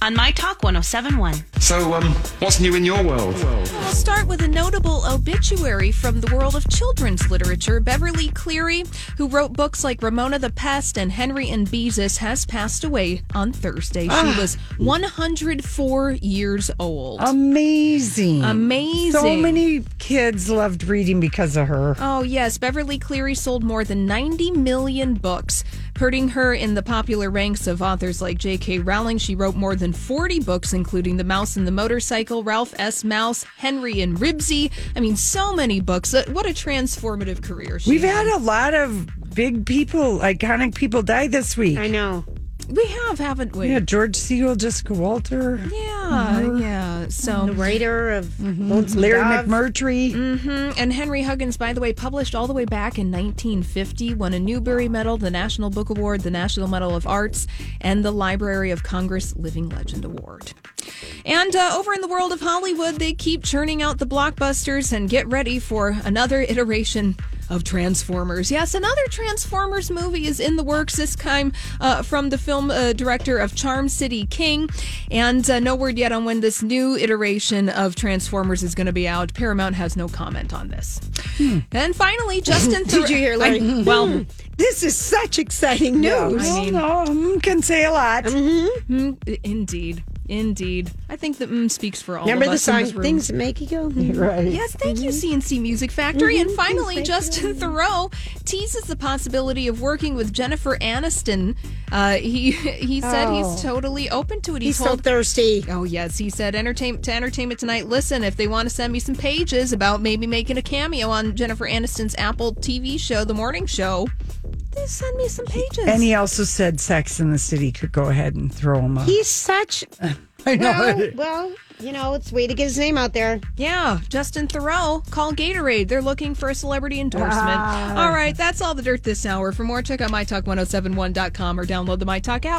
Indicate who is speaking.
Speaker 1: on My Talk 1071.
Speaker 2: So, um, what's new in your world?
Speaker 3: We'll start with a notable obituary from the world of children's literature. Beverly Cleary, who wrote books like Ramona the Pest and Henry and Beezus, has passed away on Thursday.
Speaker 4: Ah.
Speaker 3: She was 104 years old.
Speaker 4: Amazing.
Speaker 3: Amazing.
Speaker 4: Um, So many kids loved reading because of her.
Speaker 3: Oh, yes. Beverly Cleary sold more than 90 million books, hurting her in the popular ranks of authors like J.K. Rowling. She wrote more than 40 books, including The Mouse and the Motorcycle, Ralph S. Mouse, Henry and Ribsy. I mean, so many books. Uh, What a transformative career she
Speaker 4: We've had a lot of big people, iconic people die this week.
Speaker 5: I know.
Speaker 3: We have, haven't we?
Speaker 4: Yeah, George Siegel, Jessica Walter,
Speaker 3: Yeah. yeah.
Speaker 5: The
Speaker 3: So,
Speaker 5: writer of
Speaker 4: Larry McMurtry.
Speaker 3: and Henry Huggins, by the way, published all the way back in 1950, won a Newbery Medal, the National Book Award, the National Medal of Arts, and the Library of Congress Living Legend Award. And uh, over in the world of Hollywood, they keep churning out the blockbusters and get ready for another iteration of Transformers. Yes, another Transformers movie is in the works, this time uh, from the film uh, director of Charm City King. And uh, no word yet on when this new iteration of Transformers is going to be out. Paramount has no comment on this. And finally, Justin Did you hear, Larry? well,
Speaker 6: This is such exciting news.
Speaker 4: I don't know. Mm, Can say a lot.
Speaker 3: mm, indeed. Indeed. I think that mm speaks for all
Speaker 5: remember
Speaker 3: of
Speaker 5: the
Speaker 3: us in
Speaker 5: song
Speaker 3: this room.
Speaker 5: "Things That Make You Go."
Speaker 4: Right.
Speaker 3: Yes, thank
Speaker 4: Mm-hmm.
Speaker 3: you, CNC Music Factory. And finally, Justin Thoreau teases the possibility of working with Jennifer Aniston. Uh, he he said
Speaker 4: Oh.
Speaker 3: he's totally open to it. He
Speaker 5: He's so
Speaker 3: told
Speaker 5: thirsty.
Speaker 3: Oh yes, he said entertainment to Entertainment Tonight. Listen, if they want to send me some pages about maybe making a cameo on Jennifer Aniston's Apple TV show, The Morning Show, they send me some pages.
Speaker 4: And he also said Sex in the City could go ahead and throw him up.
Speaker 5: He's such.
Speaker 4: I know.
Speaker 5: Well, well, you know, it's a way to get his name out there.
Speaker 3: yeah, Justin Thoreau, call Gatorade. They're looking for a celebrity endorsement. oh All right, that's all the dirt this hour. For more, check out mytalk1071.com or download the MyTalk app.